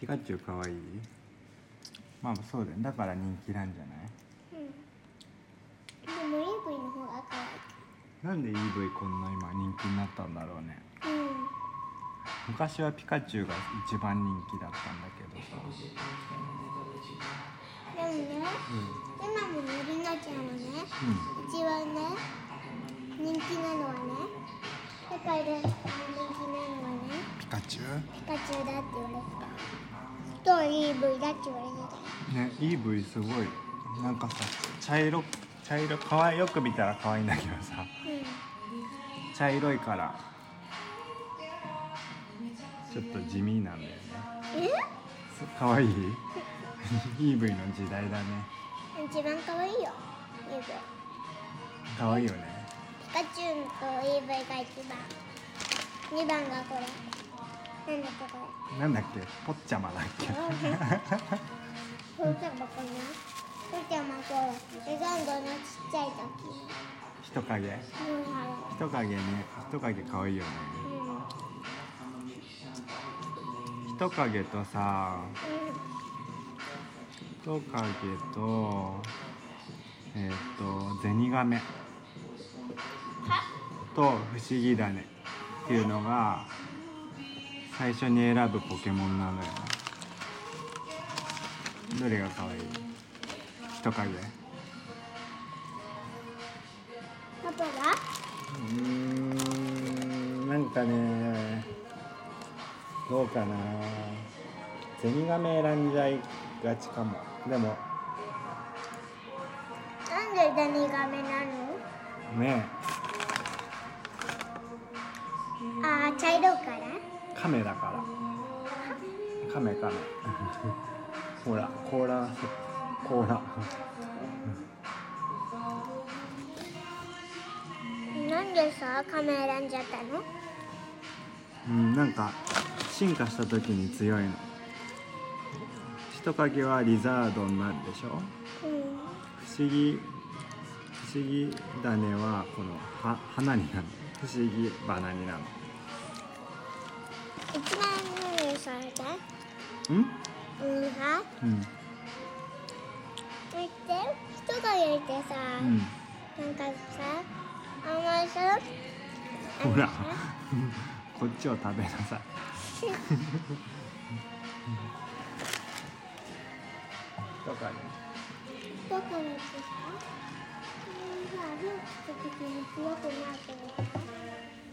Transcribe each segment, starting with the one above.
ピカチュウかわいいまあそうだよねだから人気なんじゃないうんでも EV の方が可なんで EV こんな今人気になったんだろうね愛いうん昔はピカチュウが一番人気だったんだけどさでもね、今もねりなちゃんはね、うちはね人気なのはね世界で人気なのはねピカチュピカチュウだって言われてたと EV だって言われてウね EV すごいなんかさ茶色茶色かわいよく見たら可愛いんだけどさたうん茶色いからちょっと地味なんだよねえかわいい EV の時代だね一番可愛いよ EV ピかわいいよねカチュウと EV が一番2番がこれなんだっけこなんだっけポッチャマだっけれふうかばこなふうちゃんもこうレガンドのちっちゃい時人影に貼る人影ね人影かわいいよねうん人影とさ人影とえっ、とゼニガメと不思議だねっていうのが最初に選ぶポケモンなのよどれが可愛い人影うパパはーんなんかねどうかなゼニガメ選んじゃいがちかもでもなんでダニガメなのねあー茶色いからカメだからカメカメ ほら甲羅甲羅なんでさカメ選んじゃったのうんなんか進化した時に強いの人影はリザードになるでしょうん不思議不思議種はこのは花になる不思議花になる一番何されてうんうんはうんだって人がいてさ、うんなんかさあんまりさほらこっちを食べなさいとかねどこに行ってさうんさ火をつけた時に強くなるけどさ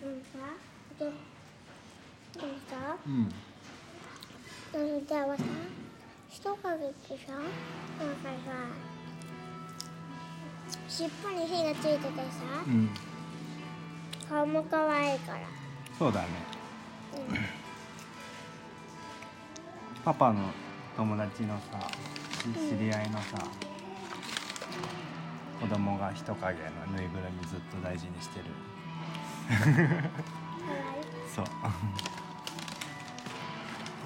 うんさででもさうんそれではさ人影ってさなんかさ尻尾に火がついててさうん顔も可愛いからそうだねパパの友達のさし知り合いのさ子供が人影のぬいぐるみずっと大事にしてる可愛いそう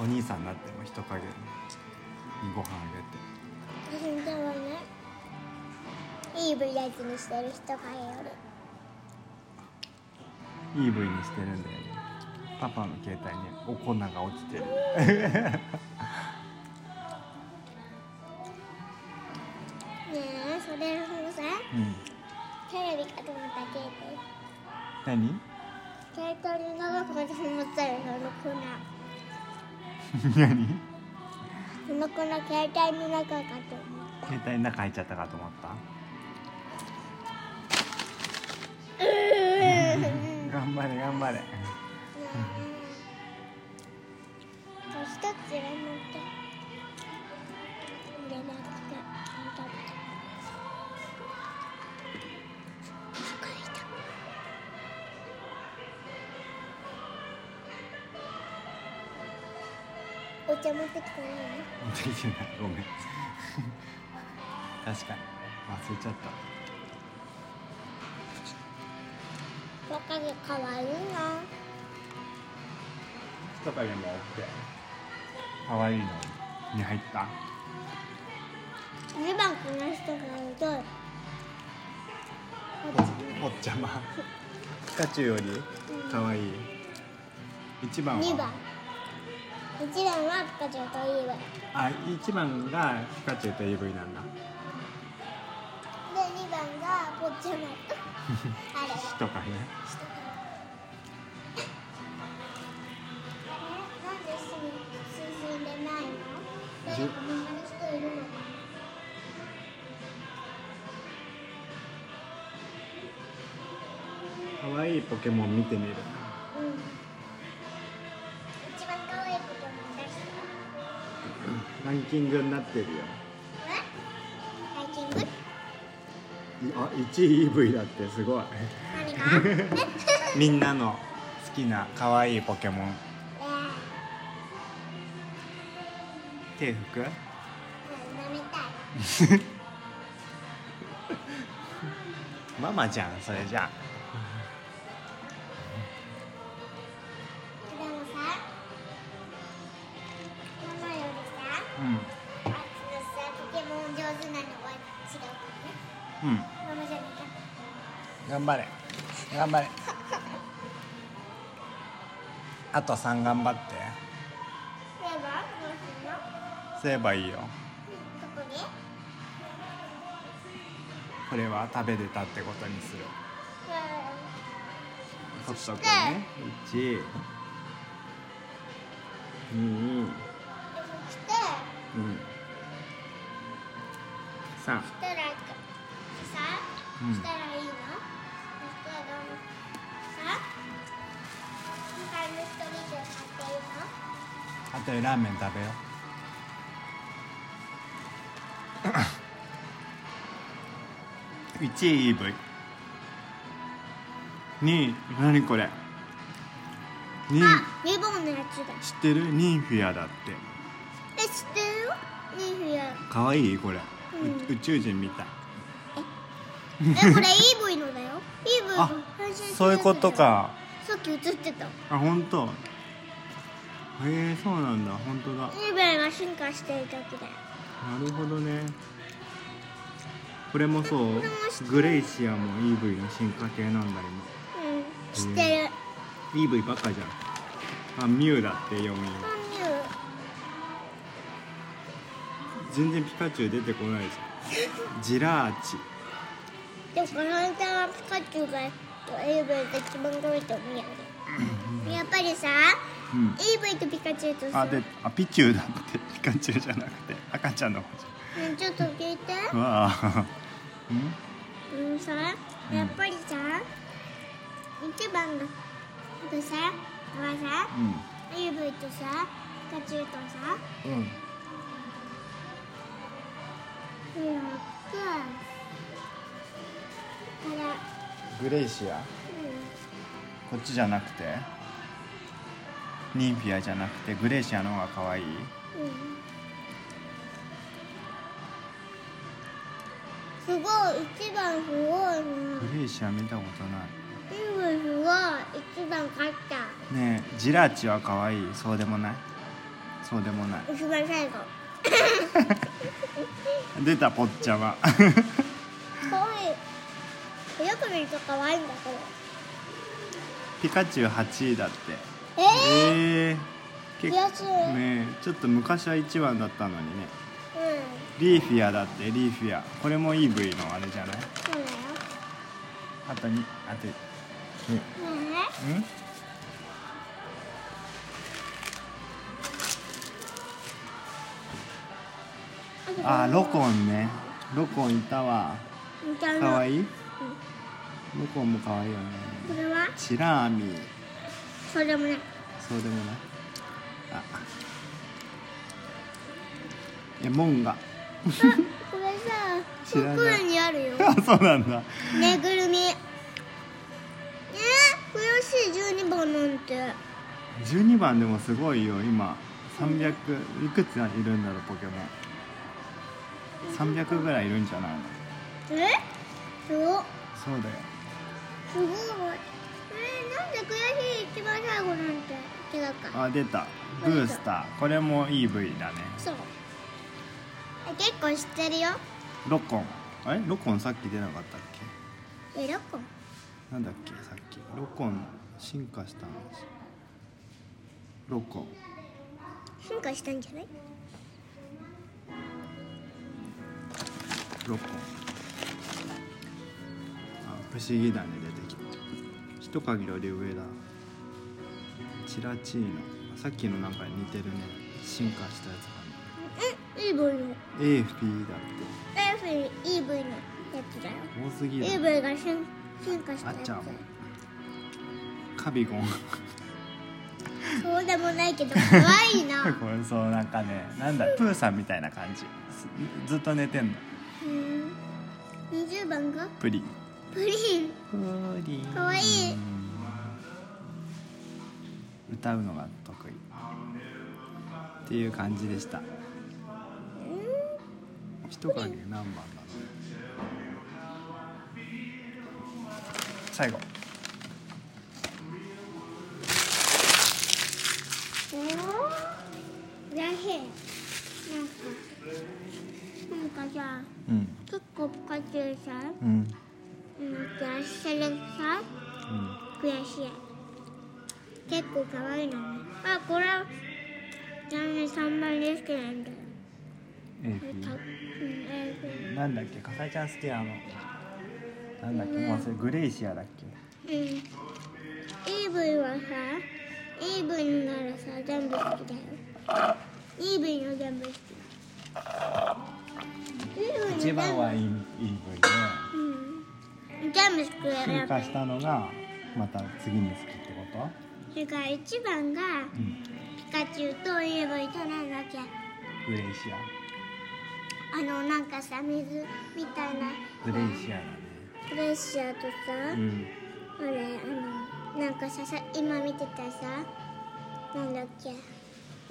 お兄さんになっても人影にご飯あげてそれではねいいブリ大事にしてる人影よりいい V にしてるんだよねパパの携帯にお粉が落ちてるねえそれのさうんテレビかと思ったけど何携帯に長くかと思ったらその粉何その粉携帯の中かと思った携帯の中入っちゃったかと思った頑張れ頑張れねえ一つ入れなきゃ入れなきゃすごいだお茶持ってきてないの持ってきてないごめん確かに忘れちゃっおかげかわいいなた人影も OK かわいいのに入った2番この人がいるこっちおっちゃまピカチュウよりかわいい1番は2番一番はピカチュウとイーブイであ一番がピカチュウと EV なんだ二番がポッチャマとあれ火とかねえなんで進んでないの誰か他の人いるのか可愛いポケモン見てみるなうん一番可愛いことも出したランキングになってるよハイキングいあ1位 EV だってすごい何がねみんなの好きな可愛いポケモンえうん手拭舐くめたいママじゃんそれじゃでもさママよりさうんあっちのさポケモン上手なのは違うからうんねママじゃねえか頑張れ頑張れあと3頑張ってママどうすんのすればいいよここでこれは食べてたってことにするう取っとくね1 2んそしてうんし3たらさ、うんしたらいいの、そしたらさ他の人にで買っていいのあとでラーメン食べよ う1位 EV 2位何これ2位あ、リボンのやつだ知ってるニンフィアだってえ、知ってるよニフィアかわいいこれ、ううん宇宙人みたいえ、これイーブイのだよイーブイのあ配信そういうことかさっき映ってたあ本当。へえそうなんだ本当だなイーブイが進化している時だよるほどねこれもそうこれも知ってるグレイシアも EV の進化系なんだうん、知ってる今 EV ばっかじゃんあミュウだって4位トンニュー全然ピカチュウ出てこないじゃんジラーチでもこの間はピカチュウがとイーブイが一番可愛いと思うよねやっぱりさうんイーブイとピカチュウとさ、あであピチュウだってピカチュウじゃなくて赤ちゃんの方じねちょっと聞いて。ゃんうわあうんうんさ、うんやっぱりさ、一番のとさ、はさ、イーブイとさ、カチュウとさ、うんうんフロック、から、グレイシアうこっちじゃなくてニンフィアじゃなくてグレイシアの方が可愛いん、うん。すごい、一番すごいな。グレイシア見たことなイーブイすごい、一番勝った。いねえジラーチは可愛いそうでもないそうでもない一番最後。出たポッチャマ可愛い。よく見ると可愛いんだけど。 ピカチュウ8位だってえーええ結悔しい構ねえちょっと昔は1番だったのにねうん、そうリーフィアだってリーフィアこれも EV のあれじゃないだよ。あとにあとうんねんえ。あロコンねロコンいたわみたいな。かわいいロコンもかわいいよねこれは？チラーミーそれも ね。そうでもないあえモンガこれさ、知らない僕らにあ るよ。 あそうなんだねぐるみ。えー、悔しい十二番なんて。 12番でもすごいよ今300いくついるんだろうポケモン300ぐらいいるんじゃないのえ？そう。そうだよすごい。えー、なんで悔しい一番最後なんて違うか。あ出たブースターこれも EV だねそう。え結構知ってるよ。ロコンあれロコンさっき出なかったっけえロコン。なんだっけさっきロコン進化したんですロコンかしたんじゃない六本あ不思議だね出てきた一かぎより上だチラチーノさっきのなんか似てるね進化したやつかうんイーブイのな AFP だっエーブイイーブイのやつだよて多すぎイるーブイが進進化しあたやっつちゃんもカビゴンそうでもないけど可愛いなう これそうなんかねなんだプーさんみたいな感じすずっと寝てんのん20番がプリンプリンプリンかわいい歌うのが得意っていう感じでした人影何番なの最後おお大変なんかなんかさうん結構ピカチュウさんうんうんってらっしゃるさ悔しい結構可愛いのねあこれは残念3番ですけどなんだようんこれたうんえなんだっけ笠井ちゃん好きなのなんだっけもうそれグレイシアだっけーうんイーブイはさイーブイならさ全部好きだよイーブイの全部好きイーブイの一全部番はいいいい部位でうん全部好きだよやっ進ぱ化りしたのがまた次に好きってこだから1番がとうんピカチュウとイーブイとなんだっけグレイシアあのなんかさ水みたいなグレイシアだねプレッシャーとさ、うんあれあのなんかささ今見てたさなんだっけ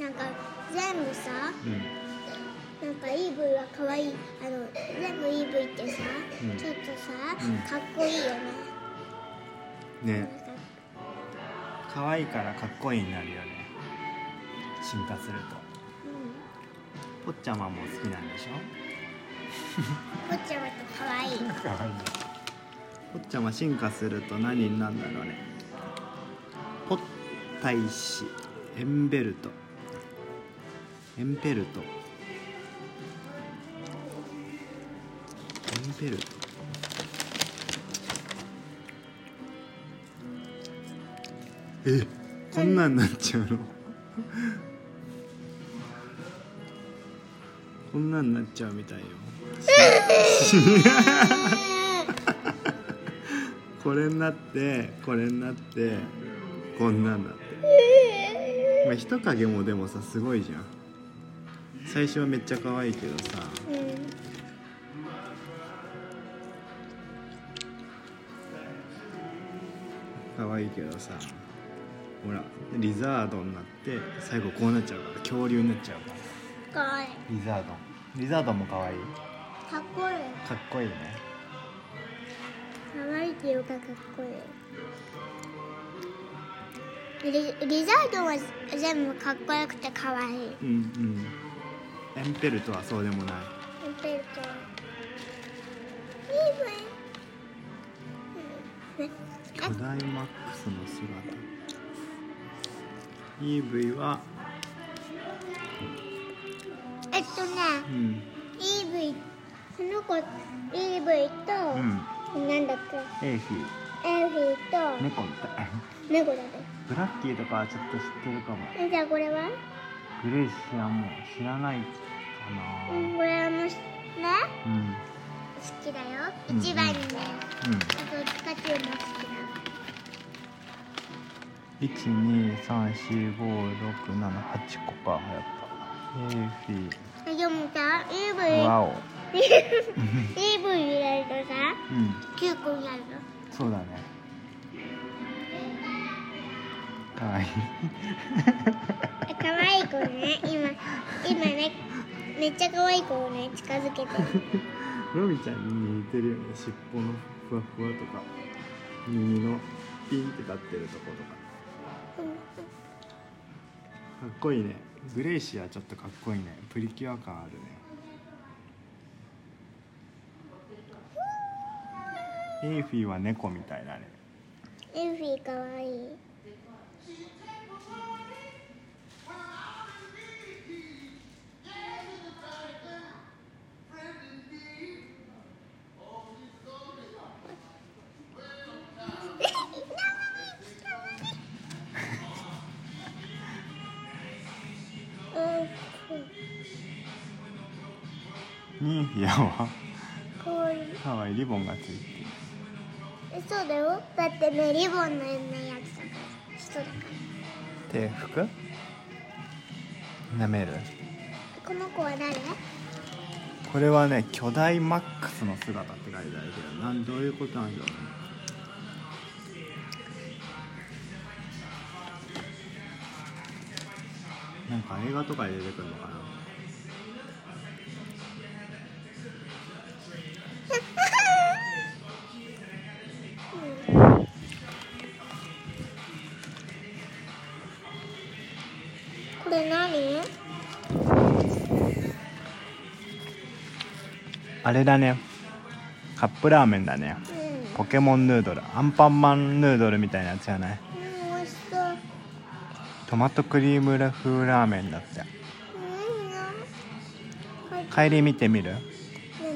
なんか全部さうんなんか EV は可愛いあの全部 EV ってさ、うんちょっとさ、うんかっこいいよねね可愛いからかっこいいになるよね進化するとうんポッチャマも好きなんでしょこっちゃまと可愛い可愛いポッチャマ進化すると何になるんだろうねポッタイシエンベルトエンペルトエンペルトえこんなんなっちゃうのこんなんなっちゃうみたいよこれになってこれになってこんなんなってまあ人影もでもさすごいじゃん最初はめっちゃ可愛いけどさうん可愛いけどさほらリザードになって最後こうなっちゃうから恐竜になっちゃうから可愛いリザードンリザードンも可愛いかっこいいかっこいいね可愛いっていうかかっこいいリリザードは全部かっこよくて可愛いうんうんエンペルトはそうでもないペンペルちゃん。イーブイ。巨大マックスの姿 EV はえっとうね、んイーブイ。この子、イーブイと、うんなんだっエイフィーけ、エルフィーと、猫みたい猫だね。ブラッキーとかはちょっと知ってるかもえじゃあこれはグレイシアも知らないかなうんこれはもうね、うんうん好きだよ。うんうん一番にね、あとピカチュウも好きだ。 1 2 3 4 5 6 7 8個かやったエイフィえでもさ、イーブー イ、ワオイーブイ入れるとさ、うん九個になるの。そうだねかわいい可愛い子ね今今ねめっちゃ可愛い子をね近づけて ロミちゃんに似てるよね尻尾のふわふわとか耳のピンって立ってるとことかかっこいいねグレイシアちょっとかっこいいねプリキュア感あるねエイフィーは猫みたいだねエルフィー可愛い ニーフィアはかわいいハワイリボンがついてるえそうだよだってねリボンのようなやつだから人だか手拭く舐めるらこの子は誰これはね巨大マックスの姿って書いてあるけどなんどういうことなんだろうねなんか映画とかで出てくるのかなこれ何あれだねカップラーメンだねうんポケモンヌードルアンパンマンヌードルみたいなやつじゃないうん、美味しそう。うん、トマトクリームラ風ラーメンだって何が。帰り見てみる何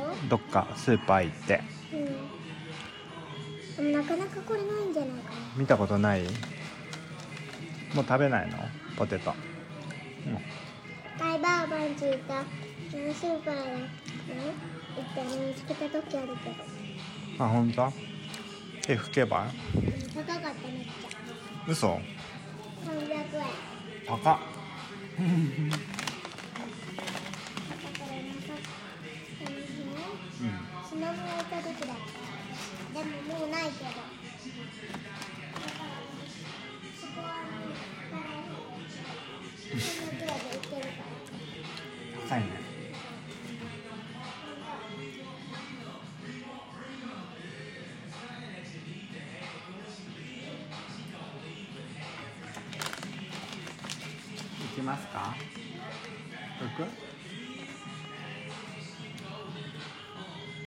が。どこ。どっかスーパー行ってうん。でもなかなかこれないんじゃないかな。見たことないもう食べないのポテト、バイバーバンジーが。何週間だ。ね。行ったの見つけた時あるけど。うん、あ本当？手拭けば高かっためっちゃ。嘘三百円。だか高っらなんか。このね。 うんスマホがいた時だった。でももうないけど。そこは。この手で行けるから。高いね行きますか行く